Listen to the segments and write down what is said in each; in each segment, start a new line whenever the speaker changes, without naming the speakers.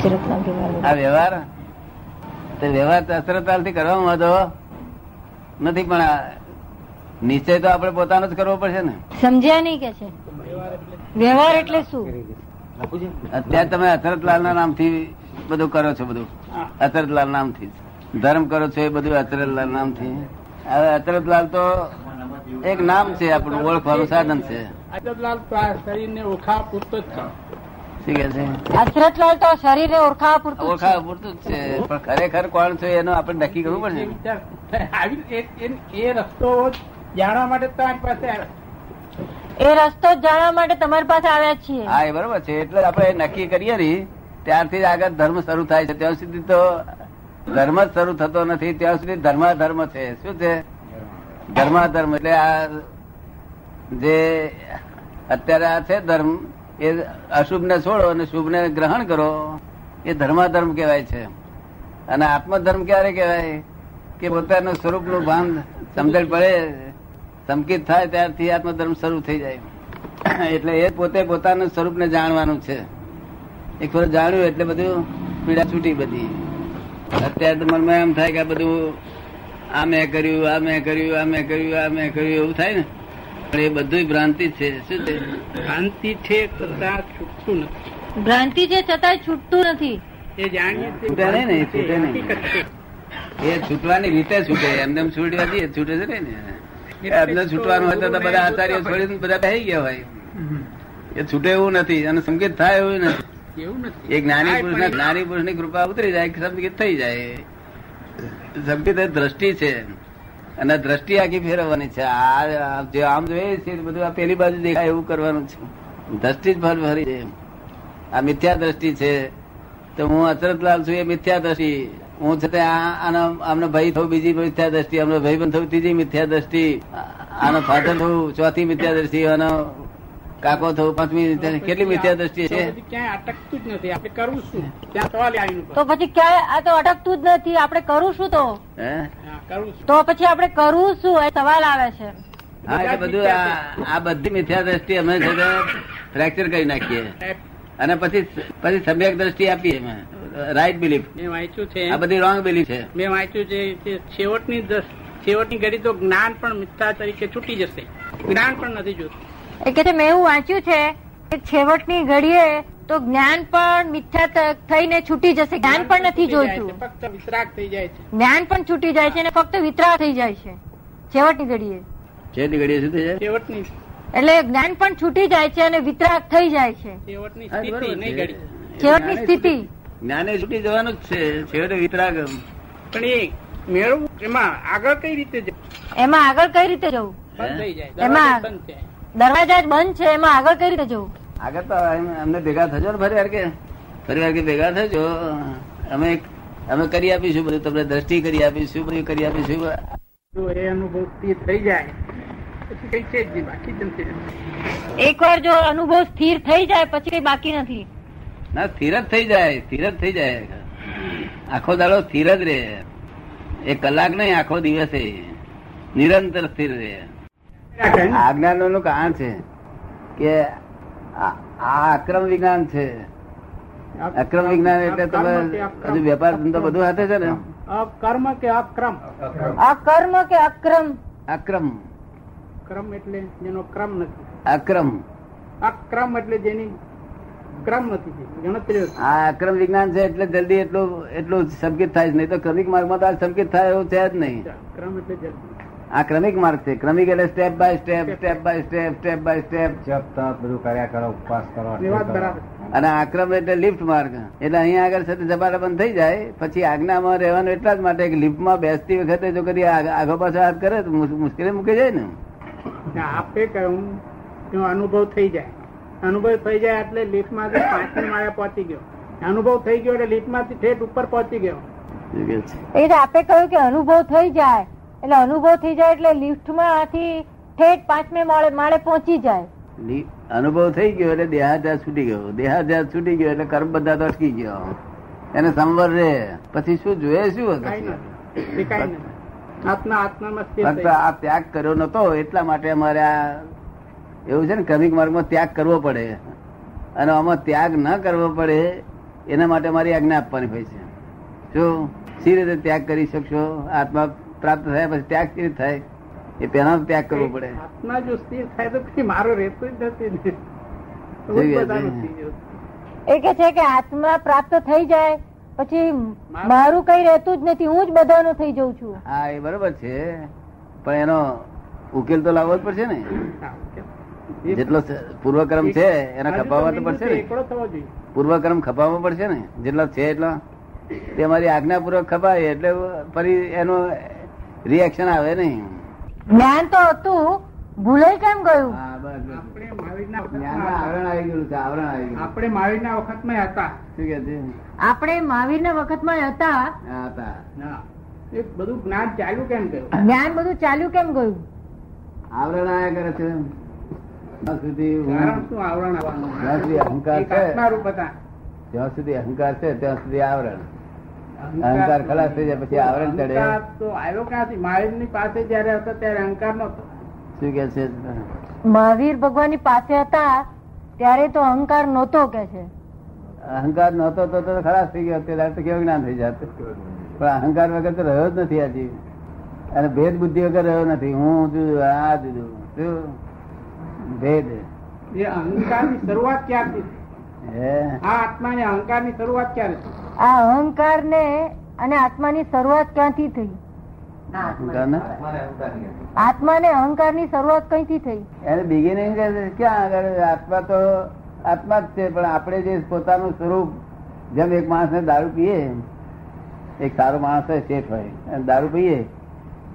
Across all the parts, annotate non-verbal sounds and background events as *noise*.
છે રત્નાપુરી માર્ગ
આ વ્યવહાર તે વ્યવહાર અસરતાલથી કરવામાં હતો નથી પણ આ નિશ્ચય તો આપણે પોતાનો જ કરવો પડશે ને
સમજ્યા નહીં કે છે વ્યવહાર એટલે શું
અત્યારે તમે અસરતલાલ ના નામથી બધું કરો છો બધું અસરતલાલ નામથી જ. ધર્મ કરો છો એ બધું અસરતલાલ નામથી હવે અસરતલાલ તો એક નામ છે આપણું ઓળખવાનું સાધન છે
અદલાલ શરીરને ઓખા પૂરતો જ કામ.
શું કહે છે
હસરતલાલ તો શરીરે ઓળખાવા પૂરતું જ
ઓળખા પૂરતું જ છે પણ ખરેખર કોણ છે એનું આપણે નક્કી કરવું
એ
પડશે
વિચાર *laughs* આવી એ- એ- એ રસ્તો જાણવા માટે તમારી પાસે આ-
છે એ રસ્તો જ જાણવા માટે તમારી પાસે આવ્યા છીએ
હા એ બરોબર છે એટલે આપણે નક્કી કરીએ ને ત્યારથી જ આગળ ધર્મ શરૂ થાય છે ત્યાં સુધી તો ધર્મ જ શરૂ થતો નથી ત્યાં સુધી ધર્માધર્મ છે શું છે ધર્માધર્મ એટલે આ જે અત્યારે આ છે ધર્મ એ અશુભને છોડો અને શુભને ગ્રહણ કરો એ ધર્માધર્મ કહેવાય છે અને આત્મધર્મ ક્યારે કહેવાય કે પોતાનું સ્વરૂપનું ભાન સમજણ પડે સંકિત થાય ત્યારથી આત્મધર્મ શરૂ થઈ જાય એટલે એ પોતે પોતાના સ્વરૂપને જાણવાનું છે એક વાર જાણ્યું એટલે બધું પીડા છૂટી બધી અત્યારે તો મનમાં એમ થાય કે આ બધું આ મેં કર્યું આ મેં કર્યું આ મેં કર્યું આ મેં કર્યું એવું થાય ને પણ એ બધું ભ્રાંતિ જ છે શું છે
ભ્રાંતિ છે છતાં છૂટતું નથી
ભ્રાંતિ છે છતાંય છૂટતું નથી
એ જાણીએ છીએ.
છૂટે નહીં ને, એ છૂટે નહીં.
હકીકત છે.
એ છૂટવાની રીતે છૂટે એમને એમ છૂટવા દઈએ છૂટે છે ને એમને છૂટવાનું હોય તો તો બધા આચાર્ય છોડીને બધા બેહી ગયા હોય એ છૂટે એવું નથી અને સંકેત થાય એવું નથી
એવું નથી
એક જ્ઞાની
હા,
પુરુષ
પણ
જ્ઞાની પુરુષની કૃપા ઉતરી જાય કે સંકેત થઈ જાય સંકેત એ દ્રષ્ટિ છે અને આ દ્રષ્ટિ આખી ફેરવવાની છે આ આ જે આમ જોઈએ છે એ બધું આ પેલી બાજુ દેખાય એવું કરવાનું છે દ્રષ્ટિ જ ફરી ફરી છે આ મિથ્યા દ્રષ્ટિ છે તો હું અચરતલાલ છું એ મિથ્યા દ્રષ્ટિ હું છતાં આ- આનો આમનો ભાઈ થવું બીજી મિથ્યા દ્રષ્ટિ આમનો ભાઈ પણ થવું ત્રીજી મિથ્યા દ્રષ્ટિ આ- આનો ફાધર થવું ચોથી મિથ્યા દ્રષ્ટિ આનો કાકો થવું પાંચમી મિથ્યા દ્રષ્ટિ. કેટલી મિથ્યા દ્રષ્ટિ છે
તો પછી ક્યાંય અટકતું જ નથી આપણે કરવું શું ત્યાં સવાલ આવીને ઉભો.
તો પછી ક્યાંય આ તો અટકતું જ નથી આપણે કરું શું તો
હે
હા, કરવું શું
તો પછી આપણે કરવું શું એ સવાલ આવે છે
હા એટલે બધું આ આ બધી મિથ્યા દ્રષ્ટિ અમે છે તે ફ્રેક્ચર કરી નાખીએ
સાહેબ,
અને પછી પછી સમ્યક દ્રષ્ટિ આપીએ અમે રાઈટ બિલીફ
મેં વાંચ્યું
આ
છે
બધી રોંગ બિલીફ છે
મેં વાંચ્યું છે કે છેવટની દસ- છેવટની ઘડી તો જ્ઞાન પણ મિથ્યા તરીકે છૂટી જશે જ્ઞાન પણ નથી જોતું
એ કે છે મેં એવું વાંચ્યું છે કે છેવટની ઘડીએ તો જ્ઞાન પણ મિથ્યા ત- થઈને છૂટી જશે જ્ઞાન પણ નથી
છૂટી જાય
જોઈતું
છે, ફક્ત વિતરાગ થઈ જાય છે
જ્ઞાન પણ છૂટી જાય છે અને ફક્ત વિતરા થઈ જાય છે છેવટની ઘડીએ
છેલ્લી ઘડીએ શું થઈ જાય
છેવટની
એટલે જ્ઞાન પણ છૂટી જાય છે અને વિતરાગ થઈ જાય છે
છેવટની
હા, બરોબર
સ્થિતિ નહીં
છે.
ઘડી
છેવટની સ્થિતિ
જ્ઞાને છૂટી જવાનું જ છે છેવટે વિતરાગ
પણ એ મેળવવું એમાં આગળ કઈ રીતે જાય?
એમાં આગળ કઈ રીતે જવું
બંધ થઈ જાય
એમાં-
દરવાજો બંધ થાય.
દરવાજા જ બંધ છે એમાં આગળ કઈ રીતે જવું
આગળ તો એમ- અમને ભેગા થજો ને ફરી વાર કે ફરી વાર કે ભેગા થજો અમે અમે કરી આપીશું બધું તમને દ્રષ્ટિ કરી આપીશું બધું કરી આપીશું
જો એ અનુભૂતિ થઈ જાય પછી કઈ છે જ નહીં બાકી જ નથી
એકવાર જો અનુભવ સ્થિર થઈ જાય પછી કઈ બાકી નથી
ના સ્થિર જ થઈ જાય સ્થિર જ થઈ જાય આખો દાડો સ્થિર જ રહે એક કલાક નહીં આખો દિવસે નિરંતર સ્થિર રહે આજ્ઞાનો નું કારણ છે કે આ આ અક્રમ વિજ્ઞાન છે અક્રમ વિજ્ઞાન એટલે તમે હજુ વેપાર ધંધો બધું હાથે છે ને
આપ કર્મ કે આપ ક્રમ
અકર્મ કે અક્રમ
અક્રમ
ક્રમ એટલે જેનો ક્રમ નથી
અક્રમ
અક્રમ એટલે જેની ક્રમ નથી ગણતરી નથી.
આ અક્રમ વિજ્ઞાન છે એટલે જલ્દી એટલું એટલું સંકેત થાય છે નહીં તો ક્રમિક માર્ગમાં તો આ સંકેત થાય એવું છે જ નહીં
ક્રમ એટલે જલ્દી
આ ક્રમિક માર્ગ છે ક્રમિક એટલે step by step step by step step by step
જપ તપ બધું કર્યા કરો ઉપવાસ કરો
એ વાત બરાબર
અને આક્રમ એટલે લિફ્ટ માર્ગ એટલે અહીંયા આગળ સાથે ઝપાટા બંધ થઈ જાય પછી આજ્ઞામાં રહેવાનું એટલા જ માટે કે લિફ્ટમાં બેસતી વખતે જો કદી આગ- આગો પાછો હાથ કરે તો મુશ- મુશ્કેલી મૂકી જાય ને
ને આપે કહ્યું એનો અનુભવ થઈ જાય અનુભવ થઈ જાય એટલે લિફ્ટમાં થી પાંચમી માળે પહોંચી ગયો અનુભવ થઈ ગયો એટલે લિફ્ટમાંથી ઠેઠ ઉપર પહોંચી ગયો
શું કહે છે?
એ રીતે આપે કહ્યું કે અનુભવ થઈ જાય એટલે અનુભવ થઈ જાય એટલે લિફ્ટમાં આથી ઠેઠ પાંચમે માળે માળે પહોંચી જાય
લી- અનુભવ થઈ ગયો એટલે દેહાધ્યાસ છૂટી ગયો દેહાધ્યાસ છૂટી ગયો એટલે કર્મ બધા તો અટકી ગયો એને સંવર રહે પછી શું જોઈએ શું
કાંઈ
પછી?
નથી એ કાંઈ નથી આત્મા આત્મામાં સ્થિર થઈ
ફક્ત
ગયો.
આ ત્યાગ કર્યો નતો એટલા માટે અમારે આ એવું છે ને ક્રમિક માર્ગમાં ત્યાગ કરવો પડે અને આમાં ત્યાગ ન કરવો પડે એના માટે મારી આજ્ઞા આપવાની હોય છે જો સી રીતે ત્યાગ કરી શકશો આત્મા પ્રાપ્ત થયા પછી ત્યાગ સી રીતે થાય એ પહેલા ત્યાગ કરવો પડે
આત્મા જો સ્થિર થાય તો પછી મારો રહેતો જ નથી ને હું જ
જોઈએ છે.
બધાનો થઈ ગયો.
એ કે છે કે આત્મા પ્રાપ્ત થઈ જાય પછી મારું કઈ રહેતું જ નથી હું જ બધાનો થઈ જઉં છું
હા એ બરોબર છે પણ એનો ઉકેલ તો લાવવો જ પડશે ને
હા, ઓકે.
જેટલો સ- પૂર્વક્રમ છે એને
હજુ તો
ખપાવવા તો
બિંદુ
પડશે
તો
ને
એકડો થવો જોઈએ
પૂર્વક્રમ ખપાવવો પડશે ને જેટલા છે એટલા તે મારી આજ્ઞાપૂર્વક ખપાય એટલે ફરી એનું રિએક્શન આવે નહીં
જ્ઞાન તો હતું ભૂલાઈ કેમ ગયું
હા, બસ, બસ.
આપણે મહાવીરના
જ્ઞાનમાં
વખતમાં
આવરણ આવી ગયું છે આવરણ આવી ગયું
આપણે મહાવીરના વખતમાં
આપણે મહાવીરના વખતમાં
શું કે છે
હતા
હતા
હા, હતા.
હા. એ બધું જ્ઞાન ચાલ્યું કેમ ગયું
જ્ઞાન બધું ચાલ્યું કેમ ગયું
આવરણ આયા કરે છે જ્યાં સુધી હું-
કારણ શું આવરણ આવવાનું
જ્યાં સુધી અહંકાર
એક
છે.
આત્મારૂપ હતા
જ્યાં સુધી અહંકાર છે ત્યાં સુધી આવરણ અહંકાર
અહંકાર
ખલાસ થઈ જાય પછી આવરણ ચડે.
અહંકાર તો આવ્યો ક્યાંથી મહાવીરની પાસે જયારે હતા ત્યારે અહંકાર નતો
શું કે છે
મહાવીર ભગવાનની પાસે હતા ત્યારે તો અહંકાર નહોતો કે છે
અહંકાર નહોતો તો તો ખલાસ થઈ ગયો તે દાડે તો કેવું જ્ઞાન થઈ જાત પણ અહંકાર વગર તો રહ્યો જ નથી હજી અને ભેદ બુદ્ધિ વગર રહ્યો નથી હું જુદું આ જુદું શું ભેદ
એ અહંકારની શરૂઆત ક્યારથી થઈ?
હે
આ આત્માને અહંકારની શરૂઆત ક્યારે થઈ?
આ અહંકાર ને અને આત્માની શરૂઆત ક્યાંથી થઈ
અહંકાર ને?
આત્માને અહંકારની શરૂઆત કઈથી થઈ
એને બિગિનિંગ ક્યાં આગળ આત્મા તો આત્મા જ છે પણ આપણે જે પોતાનું સ્વરૂપ જેમ એક માણસને દારૂ પીએ એક સારો માણસ હોય શેઠ હોય અને દારૂ પીએ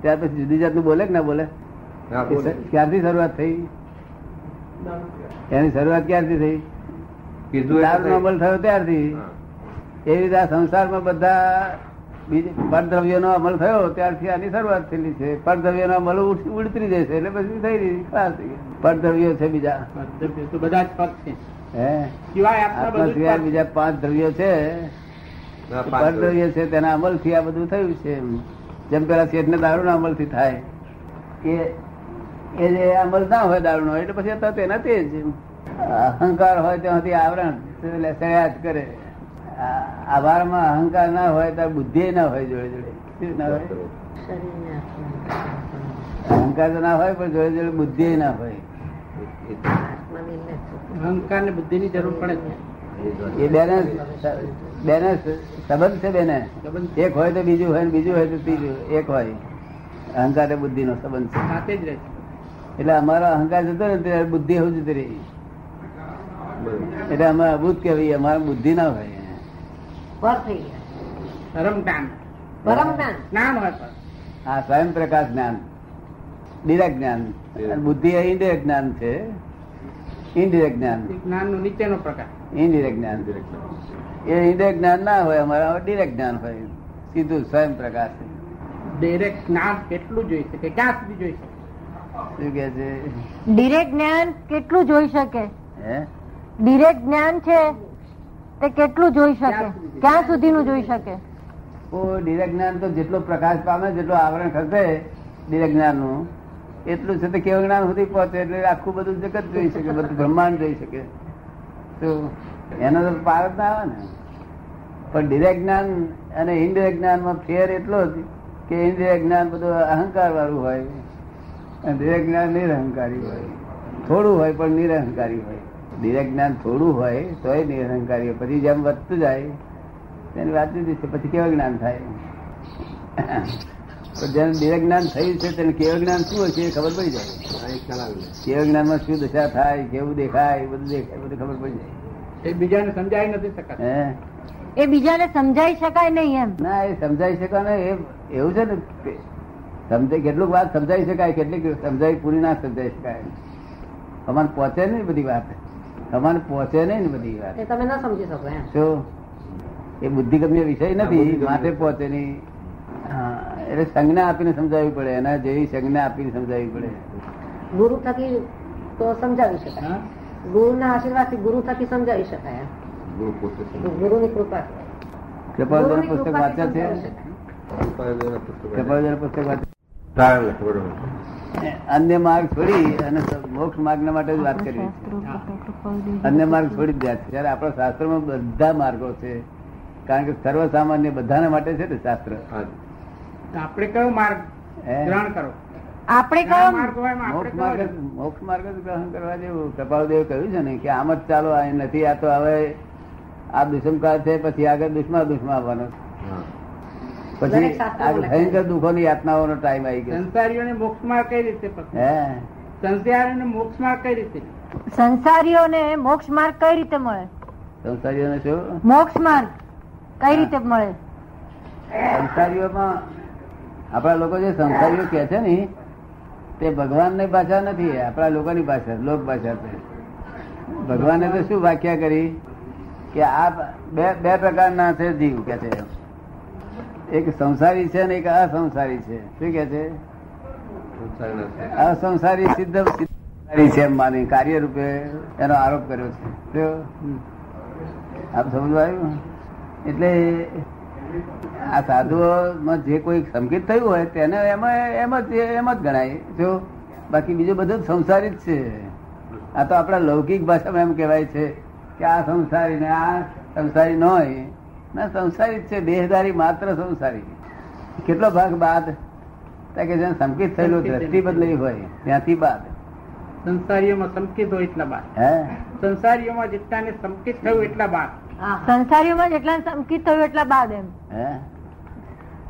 ત્યાર પછી જુદી જાતનું બોલે કે ના બોલે ક્યારથી શરૂઆત થઈ એની શરૂઆત ક્યારથી થઈ દારૂ નો અમલ થયો ત્યારથી એવી રીતે આ સંસારમાં બધા બીજા પરદ્રવ્યનો અમલ થયો ત્યારથી આની શરૂઆત થયેલી છે પરદ્રવ્યનો અમલ ઉડ- ઉડતરી જશે એટલે પછી થઈ રહી ખલાસ થઈ ગઈ. પરદ્રવ્યો છે બીજા
કર્તવ્ય તો બધા જ પગ છે
હે
સિવાય આત્મા
આત્મા
બધું જ
સિવાય
પગ
બીજા પાંચ દ્રવ્યો છે પરદ્રવ્ય છે તેના અમલથી આ બધું થયું છે એમ. જેમ પેલા શેઠને દારૂના અમલથી થાય એ એ જે અમલ ના હોય દારૂનો એટલે પછી અત્યારે તેના તે જ અહંકાર હોય ત્યાંથી આવરણ એટલે સયા જ કરે આ- આભારમાં અહંકાર ના હોય ત્યારે બુદ્ધિ ના હોય જોડે જોડે શું ના હોય અહંકાર તો ના હોય પણ જોડે જોડે બુદ્ધિ ના હોય
છે. અહંકારને બુદ્ધિની જરૂર પડે છે
એ બેલેન્સ બેલેન્સ સંબંધ છે બેને
સંબંધ
એક હોય તો બીજું હોય ને બીજું હોય તો ત્રીજું એક હોય અહંકાર બુદ્ધિ નો સંબંધ છે
સાથે જ રહે છે.
એટલે અમારો અહંકાર જતો ને ત્યારે બુદ્ધિ હોવું જતી રહી એટલે અમે અભૂત કહેવાય અમારે બુદ્ધિ ના હોય
ધર્મ જ્ઞાન જ્ઞાન હોય પણ
આ સ્વયં પ્રકાશ જ્ઞાન ડિરેક્ટ જ્ઞાન અને બુદ્ધિ એ ઇન્ડિરેક્ટ જ્ઞાન છે ઇન્ડિરેક્ટ જ્ઞાન
એ જ્ઞાનનો નીચેનો પ્રકાર
ઇન્ડિરેક્ટ જ્ઞાન એ ઇન્ડિરેક્ટ જ્ઞાન ના હોય અમારા ડિરેક્ટ જ્ઞાન હોય સીધું સ્વયં પ્રકાશ
ડિરેક્ટ જ્ઞાન કેટલું જોઈ શકે ક્યાં સુધી જોઈ શકે
શું કે છે
ડિરેક્ટ જ્ઞાન કેટલું જોઈ શકે
હે
ડિરેક્ટ જ્ઞાન છે તે કેટલું જોઈ શકે
ક્યાં સુધી?
ક્યાં સુધીનું જોઈ શકે
ઓ ડિરેક્ટ જ્ઞાન તો જેટલો પ્રકાશ પામે જેટલું આવરણ ખસે ડિરેક્ટ જ્ઞાનનું એટલું છે તો કેવું જ્ઞાન સુધી પહોંચે એટલે આખું બધું જગત જોઈ શકે બધું બ્રહ્માંડ જોઈ શકે તો એનો તો પાર જ ના આવે ને પણ ડિરેક્ટ જ્ઞાન અને ઇન્ડિરેક્ટ જ્ઞાનમાં ફેર એટલો જ કે ઇન્ડિરેક્ટ જ્ઞાન બધું અહંકાર વાળું હોય અને ડિરેક્ટ જ્ઞાન નિરહંકારી હોય થોડું હોય પણ નિરહંકારી હોય ડિરેક્ટ જ્ઞાન થોડું હોય તોય નિરહંકારી હોય પછી જેમ વધતું જાય તેની વાત જુદી છે પછી કેવું જ્ઞાન થાય પણ જેને ડિરેક્ટ જ્ઞાન થયું છે તેને કેવું જ્ઞાન શું હોય છે એ ખબર પડી જાય કેવું જ્ઞાનમાં શું દશા થાય કેવું દેખાય એ બધું દેખાય બધું ખબર પડી
એ બીજાને સમજાવી નથી શકાતું
જાય હે
એ બીજાને સમજાઈ શકાય નહીં એમ
ના એ સમજાઈ શકાય ને એ એવું છે ને કે સમજાય કેટલુંક વાત સમજાઈ શકાય કેટલીક સમજાય પૂરી ના સમજાઈ શકાય અમારે પહોંચે નહીં બધી વાત અમારે પહોંચે નહીં ને બધી વાત
તમે ના સમજી શકો એમ
જો એ બુદ્ધિગમ્ય વિષય નથી
બુદ્ધિગમ્ય.
માટે પહોંચે નહીં હા, એટલે સંજ્ઞા આપીને સમજાવવી પડે એના જેવી સંજ્ઞા આપીને સમજાવવી પડે
ગુરુ થકી તો સમજાવી શકાય
હા?
ગુરુના આશીર્વાદથી ગુરુ થકી સમજાવી શકાય ગુરુની કૃપાથી
કૃપાળુજીનું
ગુરુની
પુસ્તક વાંચ્યા
કૃપાથી
છે
સમજાવી શકાય.
કૃપાળુજીનું પુસ્તક વાંચ્યા
તારણ લખવાનું
અન્ય માર્ગ છોડી અને મોક્ષ માર્ગ માટે જ વાત કરી અન્ય માર્ગ છોડી જ જાય છે જયારે આપણા શાસ્ત્રમાં બધા માર્ગો છે કારણ કે સર્વસામાન્ય બધાના માટે છે ને શાસ્ત્ર
તો આપણે કયો માર્ગ
હે?
ગ્રહણ કરો
આપણે
આ
કહો
માર્ગ હોય એમાં આપણે
મોક્ષ
કયો
માર્ગ જ- મોક્ષ માર્ગ જ ગ્રહણ કરવા જેવું કપાળદેવે કહ્યું છે ને કે આમ જ ચાલો આ નથી આ તો હવે આ દુષ્મકાળ છે પછી આગળ દુષ્મા દુષ્મા આવવાનો પછી
દરેક શાસ્ત્રમાં
આગળ
લખાયેલું.
ભયંકર દુઃખોની યાતનાઓનો ટાઈમ આવી ગયો
સંસારીઓને મોક્ષ માર્ગ કઈ રીતે પસંદ
હે
સંસારીઓને મોક્ષ માર્ગ કઈ રીતે
સંસારીઓને મોક્ષ માર્ગ કઈ રીતે મળે
સંસારીઓને શું
મોક્ષ માર્ગ કઈ રીતે મળે
સંસારીઓમાં આપણા લોકો જે સંસારીઓ કહે છે ને તે ભગવાનની ભાષા નથી આપણા લોકોની ભાષા લોક ભાષા છે ભગવાને તો શું વ્યાખ્યા કરી કે આ બે બે પ્રકારના છે જીવ કે છે એક સંસારી છે ને એક અસંસારી છે શું કે છે અસંસારી સિદ્ધ સિદ્ધારી છે એમ માની કાર્ય રૂપે એનો આરોપ કર્યો છે કયો? આપ સમજ આવ્યું એટલે આ સાધુઓમાં જે કોઈ સંકેત થયું હોય તેને એમાં એમ જ એમ જ ગણાય જો બાકી બીજું બધું સંસારી જ છે આ તો આપણા લૌકિક ભાષામાં એમ કહેવાય છે કે આ સંસારી ને આ સંસારી ન હોય ના સંસારી જ છે દેહધારી માત્ર સંસારી કેટલો ભાગ બાદ ત્યાં કે જ્યાં સંકેત થયેલો દ્રષ્ટિ બદલાઈ હોય ત્યાંથી બાદ
સંસારીઓમાં સંકેત હોય એટલા બાદ
હે
સંસારીઓમાં જેટલાને સંકેત થયું એટલા બાદ
હા
સંસારીઓમાં જેટલા સંકિત થયું એટલા બાદ એમ
હે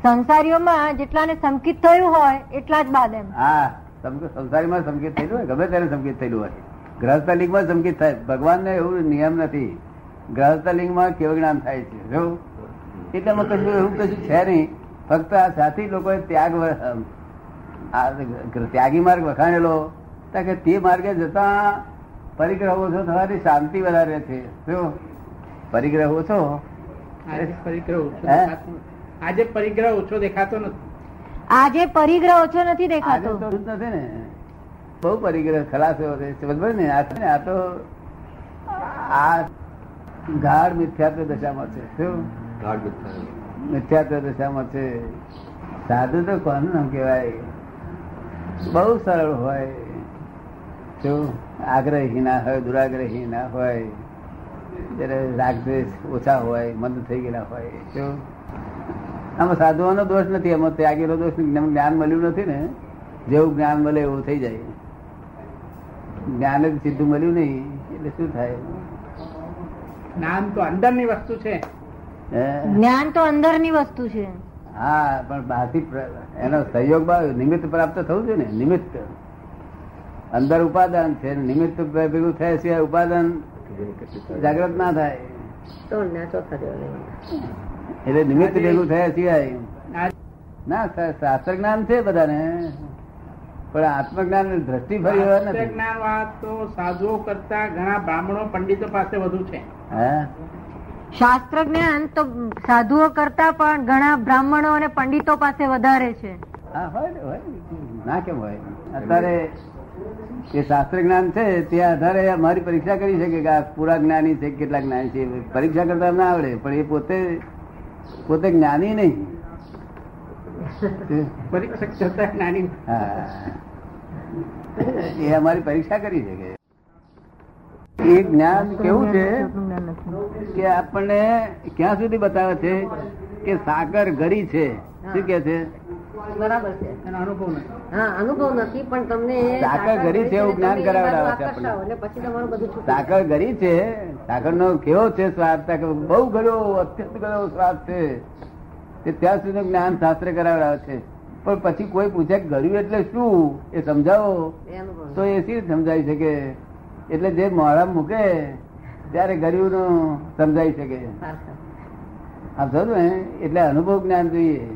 સંસારીઓમાં જેટલાને સંકિત થયું હોય એટલા જ બાદ એમ
હા સંક- સંસારીમાં સંકેત થયેલું હોય ગમે ત્યારે સંકેત થયેલું હોય ગ્રહસ્થ લિંગમાં સંકેત થાય ભગવાનને એવું નિયમ નથી ગ્રહસ્થ લિંગમાં કેવું જ્ઞાન થાય છે જો એટલામાં કશું એવું કશું છે નહીં ફક્ત આ સાથી લોકોએ ત્યાગ વ- આ ગ્ર- ત્યાગી માર્ગ વખાણેલો કારણ કે તે માર્ગે જતા પરિગ્રહ ઓછો થવાની શાંતિ વધારે છે જો પરિગ્રહ ઓછો
આજે પરિગ્રહ ઓછો
હે?
દેખાતો નથી. આજે પરિગ્રહ ઓછો દેખાતો નથી
આજે પરિગ્રહ ઓછો નથી
આજે
દેખાતો
તો જ નથી ને બહુ પરિગ્રહ ખલાસ એવો રહે છે બરાબર ને આ છે ને, આ તો આ ગાઢ મિથ્યાત્વ દશામાં છે શું મિથ્યાત્વ દશામાં છે સાધુ તો કોનું નામ કહેવાય બહુ સરળ હોય શું આગ્રહી ના હોય દુરાગ્રહી ના હોય જ્યારે રાગદ્વેષ ઓછા હોય મંદ થઈ ગયેલા હોય શું આમાં સાધુઓનો દોષ નથી એમાં ત્યાગીનો દોષ નથી. એમાં જ્ઞાન મળ્યું નથી ને જેવું જ્ઞાન મળે એવું થઈ જાય જ્ઞાન જ સીધું મળ્યું નહીં એટલે શું થાય
જ્ઞાન તો અંદરની વસ્તુ છે
હે?
જ્ઞાન તો અંદરની વસ્તુ છે
હા પણ બહારથી પ્ર- એનો સહયોગ બહાર- નિમિત્ત પ્રાપ્ત થવું જોઈએ ને નિમિત્ત અંદર ઉપાદાન છે નિમિત્ત ભેગું થયા સિવાય ઉપાદાન જાગ્રત ના થાય
તો નાચો થયો
એટલે નિમિત્ત ભેગું થયા સિવાય
આ
ના શા- શાસ્ત્ર જ્ઞાન છે બધાને પણ આત્મજ્ઞાન ની દ્રષ્ટિ ફરી હોય નથી
જ્ઞાન વાત તો સાધુઓ કરતા ઘણા બ્રાહ્મણો પંડિતો પાસે વધુ છે
હે
શાસ્ત્ર જ્ઞાન તો સાધુઓ કરતા પણ ઘણા બ્રાહ્મણો અને પંડિતો પાસે વધારે છે
હા હોય ને, હોય ને. ના કેમ હોય અત્યારે જે શાસ્ત્ર જ્ઞાન છે તે આધારે અમારી પરીક્ષા કરી શકે કે આ પૂરા જ્ઞાની છે કે કેટલા જ્ઞાની છે પરીક્ષા કરતા ના આવડે પણ એ પોતે પોતે જ્ઞાની નહીં
પરીક્ષક કરતા જ્ઞાની
હા એ અમારી પરીક્ષા કરી શકે એ જ્ઞાન કેવું છે કે આપણને ક્યાં સુધી બતાવે છે કે સાકર ગરી છે શું કે છે
બરાબર છે
એનો અનુભવ નથી
હા અનુભવ નથી પણ તમને
સાકર ઘડી છે એવું જ્ઞાન
તમે એ બાજુ
કરાવડાવે છે
આકર્ષાઓ
આપણને.
એટલે પછી તમારું બધું છૂટી જાય.
સાકર ગરી છે સાકર નો કેવો છે સ્વાદ સાકર બહુ ગયો અત્યંત ગયો સ્વાદ છે તે ત્યાં સુધી જ્ઞાન શાસ્ત્ર કરાવડાવે છે પણ પછી કોઈ પૂછે કે ગળ્યું એટલે શું એ સમજાવો
એ અનુભવ
તો એ સી રીતે સમજાઈ શકે એટલે જે મોડા મૂકે ત્યારે ગળ્યું નું સમજાઈ શકે
પાર્થવ.
આમ સમજો ને એટલે અનુભવ જ્ઞાન જોઈએ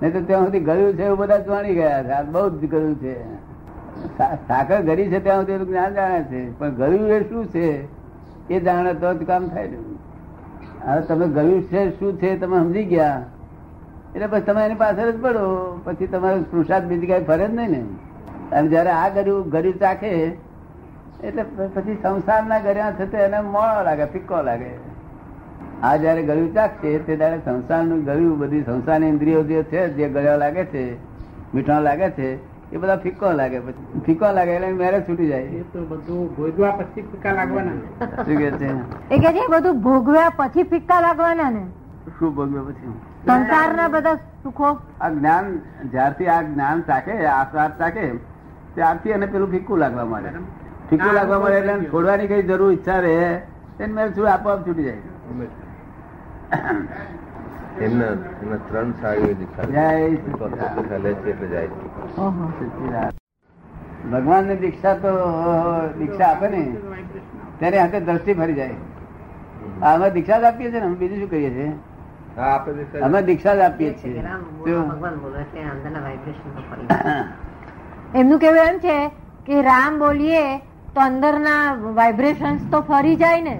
નહીં તો ત્યાં સુધી ગયું છે એવું બધા જાણી ગયા છે આ બહુ જ ગયું છે સા- સાકર ગરી છે ત્યાં સુધી એનું જ્ઞાન જાણે છે પણ ગયું એ શું છે એ જાણે તો જ કામ થાય ને હવે તમે ગયું છે શું છે તમે સમજી ગયા એટલે પછી તમે એની પાછળ જ પડો પછી તમારો પુરુષાર્થ બીજી કાંઈ ફરે જ નહીં ને અને જ્યારે આ ગયું ગયું ચાખે એટલે પછી સંસારના ગર્યા થતા એને મોળો લાગે ફિક્કો લાગે આ જયારે ગળ્યું ચાખશે તે ત્યારે સંસારનું ગળ્યું બધી સંસારની ઇન્દ્રિયો જે છે જે ગળ્યા લાગે છે મીઠા લાગે છે એ બધા ફીકો લાગે પછી ફીકો લાગે એટલે મેરેજ છૂટી જાય
એ તો બધું ભોગવા પછી ફીકા લાગવાના
શું કે છે
એ કે છે એ બધું ભોગવ્યા પછી ફિક્કા લાગવાના ને
શું ભોગવે પછી
સંસારના બધા સુખો
આ જ્ઞાન જ્યારથી આ જ્ઞાન ચાકે આ સ્વાદ ચાકે ત્યારથી એને પેલું ફીકું લાગવા માંડે ફીકું લાગવા માંડે એટલે એને છોડવાની કઈ જરૂર ઈચ્છા રહે એને મેં છોડ આપોઆપ છૂટી જાય
એમના એમના ત્રણ સાડીઓ દેખાય
જય
છે.
સચિદાન.
પોતે ચાલે છે એટલે જાય છે.
ભગવાન ને દીક્ષા તો દીક્ષા આપે ને ત્યારે હાથે દ્રષ્ટિ ફરી જાય આ અમે દીક્ષા જ આપીએ છીએ ને અમે બીજું શું કરીએ છીએ
હા, આપે દેખાય.
અમે દીક્ષા જ આપીએ
છે
છીએ
કે રામ બોલો,
શું?
ભગવાન બોલો એટલે અંદરના vibration તો ફરી જાય.
એમનું કેવું એમ છે કે રામ બોલીએ તો અંદરના વાઇબ્રેશન્સ તો ફરી જાય ને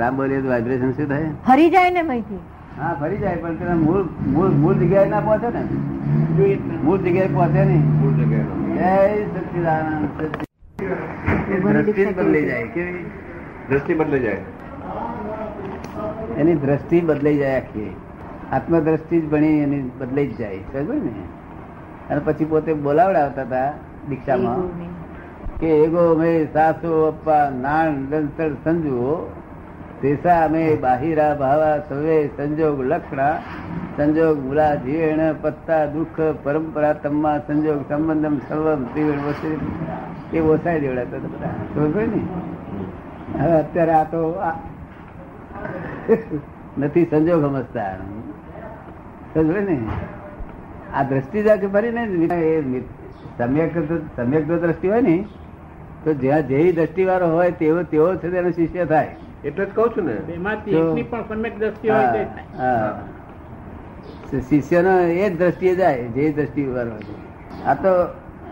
રામ બોલીએ તો વાઇબ્રેશન શું થાય
ફરી જાય ને મહીથી
હા ફરી જાય પણ પેલા મૂળ મૂળ મૂળ જગ્યાએ ના પહોંચે ને
જોઈએ જ ને.
મૂળ જગ્યાએ પહોંચે નહીં
મૂળ જગ્યાનો.
જય સચિદાનંદ સચિદાનંદ. એ દ્રષ્ટિ જ બદલાઈ જાય કેવી
દ્રષ્ટિ બદલે જાય
એની દ્રષ્ટિ બદલાઈ જાય આખી આત્મદ્રષ્ટિ જ ભણી એની બદલાઈ જ જાય સમજ ને અને પછી પોતે બોલાવડાવતા હતા દીક્ષામાં કે એગો મે સાસુ અપ્પા નાણ લંસળ સંજુઓ તેસા અમે બાહિરા ભાવા સવે સંજોગ લક્ષણા સંજોગ મુલા જીવેણ પત્તા દુઃખ પરંપરા તમ્મા સંજોગ સંબંધમ સર્વમ ત્રિવેણ વસી એ ઓસાઈ દેવડાતા હતા બધા સમજ ને હવે અત્યારે આ તો આ નથી સંજોગ સમજતા સમજે ને આ દ્રષ્ટિ જાકે ફરી ને એ મિત- સમ્યક તો- સમ્યક જો દ્રષ્ટિ હોય ને તો જ્યાં જેવી દ્રષ્ટિ વાળો હોય તેવો તેવો છે તેનો શિષ્ય થાય
એટલે જ કહું છું ને
બેમાંથી
તો-
એકની પણ સમ્યક દ્રષ્ટિ હોય તો એ
હા,
થાય.
હા. શિષ્યનો એ જ દ્રષ્ટિએ જાય જે દ્રષ્ટિ વાળો હોય. આ તો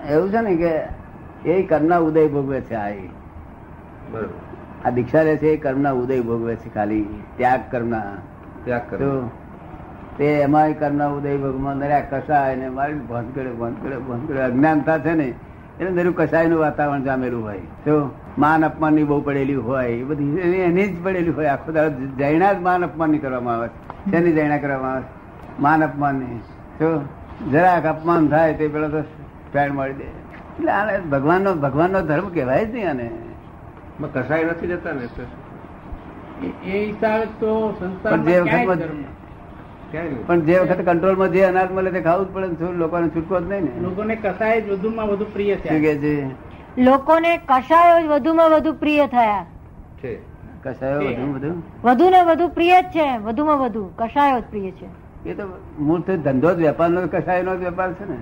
એવું છે ને કે એ કર્મના ઉદય ભોગવે છે આ એ.
બરોબર
આ દીક્ષા રહે છે એ કર્મના ઉદય ભોગવે છે ખાલી ત્યાગ કર્મના
ત્યાગ કરો
તો તે એમાં કર્મના ઉદય ભગવાન નર્યા કસાય ને મારી ભોંત કર્યો ભોંત કર્યો ભોંત કર્યો અજ્ઞાનતા છે ને એટલે નરું કસાયનું વાતાવરણ જામેલું હોય તો માન અપમાનની બહુ પડેલી હોય એ બધી એની- એની જ પડેલી હોય આખો દાડો જૈણા જ માન અપમાનની કરવામાં આવે છે. શેની જૈણા કરવામાં આવે છે? માન અપમાનની તો જરાક અપમાન થાય તે પેલો તો પેડ મળી દે એટલે આને ભગવાનનો ભગવાનનો ધર્મ કહેવાય જ નહીં આને
એમાં કસાય નથી જતા ને એટલે
એ- એ હિસાબે તો સંસારમાં
પણ જે વખતમાં-
ક્યાંય ધર્મ નથી.
ક્યાંય નહીં.
પણ જે વખત કંટ્રોલમાં જે અનાજ મળે તે ખાવું જ પડે ને છોડ- લોકોને છૂટકો જ નહીં ને
લોકોને કસાય જ વધુમાં વધુ પ્રિય છે
શું કે છે
લોકોને કશાયો જ વધુમાં વધુ પ્રિય થયા
છે
કસાયો
તે.
વધુ બધું
વધુ ને વધુ પ્રિય જ છે વધુમાં વધુ કશાયો જ પ્રિય છે
એ તો મૂળ તો ધંધો જ વેપારનો કસાયનો જ વેપાર છે ને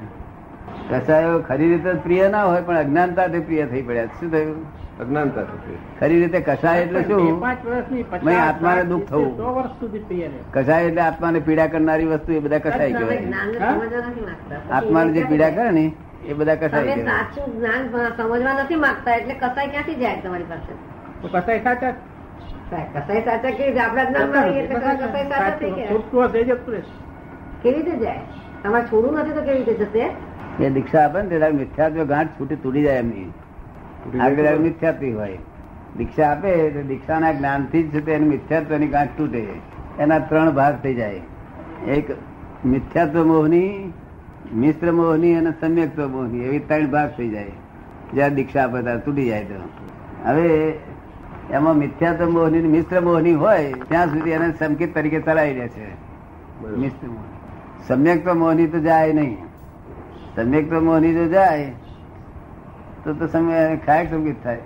કસાયો ખરી રીતે પ્રિય ના હોય પણ અજ્ઞાનતાથી પ્રિય થઈ પડ્યા શું થયું
અજ્ઞાનતા થતી
ખરી રીતે કસાય એટલે શું
પાંચ વર્ષની પચાસ
નહીં, આત્માને દુઃખ થવું.
સો વર્ષ સુધી પ્રિય રહે
કસાય એટલે આત્માને પીડા કરનારી વસ્તુ એ બધા કસાય
તમે
કહેવાય
જ્ઞાનને
હા?
સમજવા નથી માંગતા. પછી
આત્માને જે
એ
પીડા કરે ને એ બધા કસાય
તમે
કહેવાય
સાચું જ્ઞાન સમજવા નથી માંગતા એટલે કસાય ક્યાંથી જાય તમારી પાસે
તો કસાય સાચા જ.
કસાય સાચા કેવી રીતે આપણા જ્ઞાનમાં રહીએ એટલે કસાય સાચા થઈ ગયા.
ખોટું હશે એ જતું રહેશે.
કેવી રીતે જાય તમારે છોડવું નથી તો કેવી રીતે જશે
એ દીક્ષા આપે ને ત્યારે મિથ્યાત્વ ગાંઠ છૂટી તૂટી જાય એમની આગળ
જાય.
મિથ્યાત્વ હોય દીક્ષા આપે તો દીક્ષાના જ્ઞાનથી જ છે તે એની મિથ્યાત્વની ગાંઠ તૂટે એના ત્રણ ભાગ થઈ જાય એક મિથ્યાત્વ મોહની મિશ્ર મોહની અને સમ્યક્ત્વ મોહની એવી ત્રણ ભાગ થઈ જાય જ્યાં દીક્ષા આપે ત્યારે તૂટી જાય તો હવે એમાં મિથ્યાત્વ મોહની ને મિશ્ર મોહની હોય ત્યાં સુધી એને સંકેત તરીકે ચલાવી દે છે
બરોબર.
મિશ્ર મોહની. સમ્યક્ત્વ મોહની તો જાય નહીં સમ્યક્ત્વ મોહની જો જાય તો તો સમય ખાયક સંગીત થાય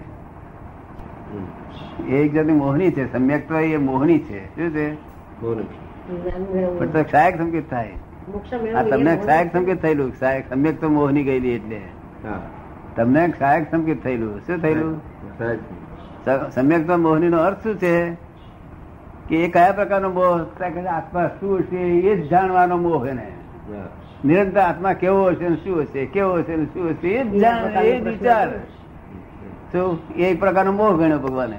હમ.
એ એક જાતની મોહની છે સમ્યક તો એ મોહની છે શું છે
બહુ નહીં.
જ્ઞાન મેળવવું.
પણ તો ક્ષાયક સંકેત થાય
મોક્ષ
આ
મેળવવું
તમને
એ
ક્ષાયક સંકેત થયેલું ક્ષાયક સમ્યક તો મોહની ગયેલી એટલે
હા
તમને ક્ષાયક સંકેત થયેલું શું થયેલું
કસાય જ નહીં.
સ- સમ્યક તો મોહની નો અર્થ શું છે કે એ કયા પ્રકારનો મોહ તો કે આત્મા શું છે એ જ જાણવાનો મોહ એને
હા.
નિરંતર આત્મા કેવો હશે ને શું હશે કેવો હશે ને શું હશે એ જ જાણ એ જ વિચાર
Mm,
શું એ પ્રકારનો મોહ ગણ્યો ભગવાને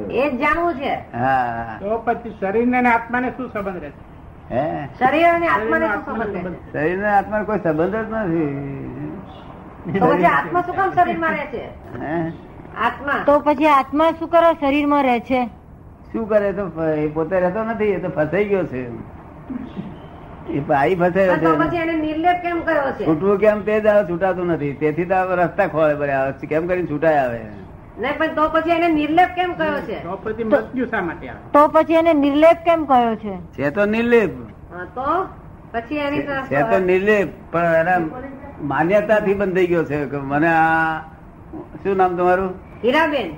E?
એ જ જાણવું છે
હા
તો પછી શરીરને અને આત્માને શું સંબંધ રહેશે
હે
શરીર અને આત્માને શું
શરીરનો
સંબંધ
આત્માને
રહે?
શરીર ને આત્મા કોઈ સંબંધ જ નથી
તો પછી આત્મા શું કામ શરીરમાં રહે છે
હે?
આત્મા
તો પછી આત્મા શું કરો શરીરમાં રહે છે
શું કરે તો ફ- એ પોતે રહેતો નથી એ તો ફસાઈ ગયો છે એ પાઈ ફસાયો
તો
છે
પછી એને નિર્લેપ કેમ કર્યો છે
છૂટવું કેમ તે જ આવે છૂટાતું નથી તેથી તો આ રસ્તા ખોળે પડ્યા આવે છે. કેમ કરીને છૂટાય આવે
નહીં પણ તો પછી એને નિર્લેપ કેમ કર્યો છે
તો પછી મૃત્યુ શા માટે આવે
તો પછી એને નિર્લેપ કેમ કહ્યો છે
છે તો નિર્લેપ
હા, તો પછી એની
છે તો નિર્લેપ પણ એના માન્યતાથી બંધાઈ ગયો છે કે મને આ શું નામ તમારું
હીરાબેન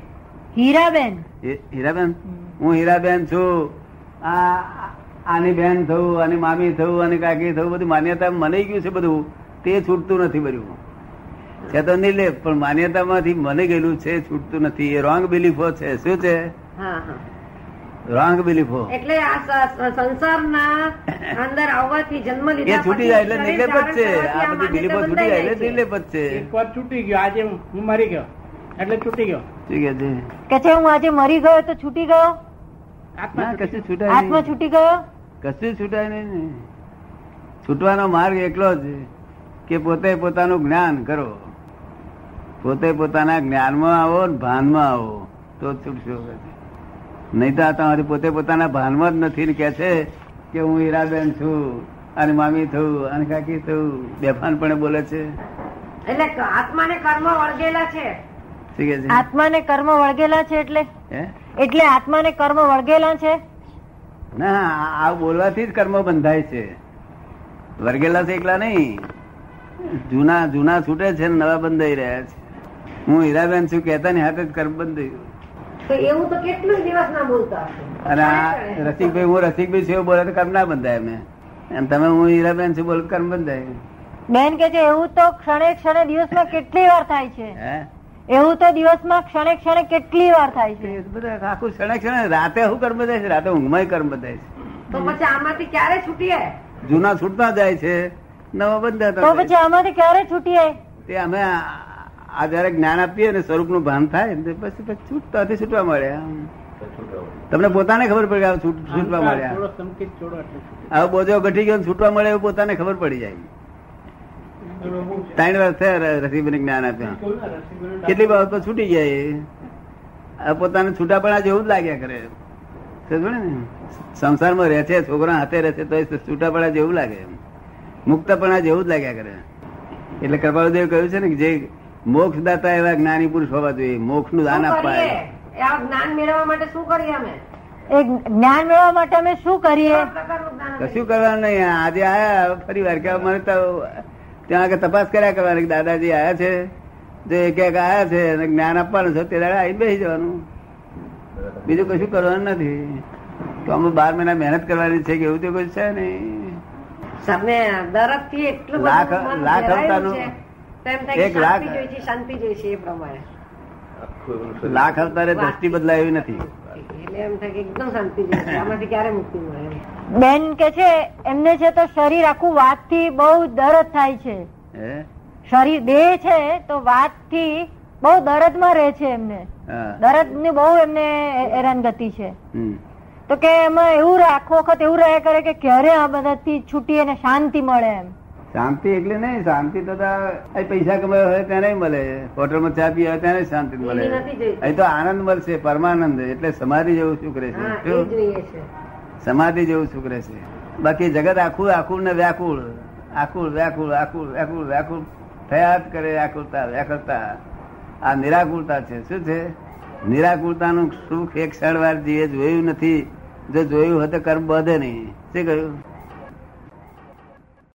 હીરાબેન
હી- હીરાબેન હું હીરાબેન છું આ આની બેન થવું આની મામી થવું આની કાકી થવું બધું માન્યતા મનાઈ ગયું છે બધું તે છૂટતું નથી બધું છે તો નિર્લેપ પણ માન્યતામાંથી મને ગયેલું છે છૂટતું નથી એ રોંગ બિલીફો છે શું છે
હા હા
રોંગ બિલીફો
એટલે આ સ- સ- સંસારના અંદર આવવાથી જન્મ
એ
લીધા
છૂટી જાય એટલે નિર્લેપ જ છે આ બધી બિલીફો છૂટી જાય એટલે
નિર્લેપ
નિર્લેપ જ છે
એક વાર છૂટી ગયો આજે હું મરી ગયો એટલે છૂટી ગયો
શું કે છે
કે છે હું આજે મરી ગયો તો છૂટી ગયો
આત્મા
ના
છૂટી
કશું છૂટાય
ગયો.
આત્મા
નહીં
છૂટી ગયો
કશું છૂટાય નહીં ને. છૂટવાનો માર્ગ એટલો જ કે પોતે પોતાનું જ્ઞાન કરો પોતે પોતાના જ્ઞાનમાં આવો ને ભાનમાં આવો તો જ છૂટશો નહીં તો આ તમારી પોતે પોતાના ભાનમાં જ નથી ને કે છે કે હું હીરાબેન છું અને મામી થયું અને કાકી થયું બેફાનપણે બોલે છે
એટલે ક- આત્માને કર્મ વળગેલા છે
શું કે છે
આત્માને કર્મ વળગેલા છે એટલે
હે
એટલે આત્માને કર્મ વળગેલા છે
ના આ બોલવાથી જ કર્મ બંધાય છે વર્ગેલા છે એકલા નહીં જૂના જૂના છૂટે છે ને નવા બંધાઈ રહ્યા છે હું હીરાબેન છું કહેતા ની હાથે જ કર્મ બંધાયું
તો એવું તો કેટલું દિવસ ના બોલતા હશે.
અને આ રસિકભાઈ હું રસિકભાઈ છું એવું બોલે તો કર્મ ના બંધાય અમે અને તમે હું હીરાબેન છું બોલો તો કર્મ બંધાય
બેન કે છે એવું તો ક્ષણે ક્ષણે દિવસમાં કેટલી વાર થાય છે
હે
એવું તો દિવસમાં ક્ષણે ક્ષણે કેટલી વાર થાય છે
એ બધા આખું ક્ષણે ક્ષણે રાતે શું કર્મ બંધાય છે રાતે ઊંઘમાં કર્મ બંધાય છે
તો પછી આમાંથી ક્યારે છૂટીએ
જૂના છૂટતા જાય છે નવા
તો
બંધાતા જાય છે.
પછી આમાંથી ક્યારે છૂટીએ
તે અમે આ આ જયારે જ્ઞાન આપીએ ને સ્વરૂપનું ભાન થાય ને પછી પછી છૂટતાથી છૂટવા મળ્યા તમને પોતાને ખબર પડી કે આ છૂટ- છૂટવા
અહંકાર
મળ્યા
થોડો સંકેત છોડો એટલે છૂટી
હવે બોજો ઘટી ગયો ને છૂટવા મળે એવું પોતાને ખબર પડી જાય ત્રણ વર્ષ થયા ર- રસીબને જ્ઞાન આપ્યા
ગયું.
કેટલી બાબતો છૂટી ગયા એ હવે પોતાને છૂટાપણા જેવું જ લાગ્યા કરે સમજો ને સંસારમાં રહે છે છોકરા હાથે રહે છે તો છૂટાપણા જેવું લાગે મુક્તપણા જેવું જ લાગ્યા કરે એટલે કૃપાળુદેવ કહ્યું છે ને કે જે મોક્ષદાતા એવા જ્ઞાની પુરુષ હોવા જોઈએ મોક્ષ નું દાન
શું
આપવા
કરીએ એ આ જ્ઞાન મેળવવા માટે શું કરીએ અમે
એ જ્ઞાન મેળવવા માટે અમે શું કરીએ
કેવા પ્રકારનું જ્ઞાન અમે
કશું કરવાનું નહીં આજે આયા હવે ફરી વાર કે હવે મને તો ત્યાં આગળ તપાસ કર્યા કરવાની કે દાદાજી આયા છે જે એક એક આયા છે અને જ્ઞાન આપવાનું છે તે દાડે આવીને બેસી જવાનું બીજું કશું કરવાનું નથી તો અમે બાર મહિના મહેનત કરવાની છે કે એવું તો કશું છે નહીં
સામે દરદથી એટલું
લાખ-
બધું મન
લાખ
ભરાયેલું
અવતારનું
છે. તો એમ થાય
એક
કે
લાખ-
શાંતિ જોઈએ છે શાંતિ જોઈએ છે એ પ્રમાણે
Ah,
લાખ અવતારે દ્રષ્ટિ બદલાય એવી નથી
એટલે એમ થાય કે એકદમ શાંતિ જોઈએ છે આમાંથી ક્યારે મુક્તિ મળે એમ.
બેન કે છે એમને છે તો શરીર આખું વાતથી બહુ દર્દ થાય છે
હે
શરીર દેહ છે તો વાતથી બહુ દર્દમાં રહે છે એમને
હા
દર્દ ની બહુ એમને હેરાનગતિ છે
હમ.
તો કે એમાં એવું રહે, આખો વખત એવું રહ્યા કરે કે ક્યારે આ બધાથી છૂટી અને શાંતિ મળે એમ
શાંતિ એટલે નહીં શાંતિ તો ત્યાં પૈસા કમાયો હોય ત્યાં નહીં મળે હોટલમાં ચા પી હોય ત્યાં નહીં શાંતિ મળે
એવી નથી જોઈતી.
અહીં તો આનંદ મળશે પરમાનંદ એટલે સમાધિ જેવું સુખ રહેશે
હા એ
શું?
જોઈએ છે
સમાધિ જેવું સુખ રહેશે બાકી જગત આખું આખું ને વ્યાકુળ આકુળ વ્યાકુળ આકુળ વ્યાકુળ વ્યાકુળ થયા જ કરે આકુળતા વ્યાકુળતા આ નિરાકુળતા છે શું છે નિરાકુળતાનું સુખ એક ક્ષણ વાર જીવે જોયું નથી જો જોયું હોય તો કર્મ બધે નહીં શું કહ્યું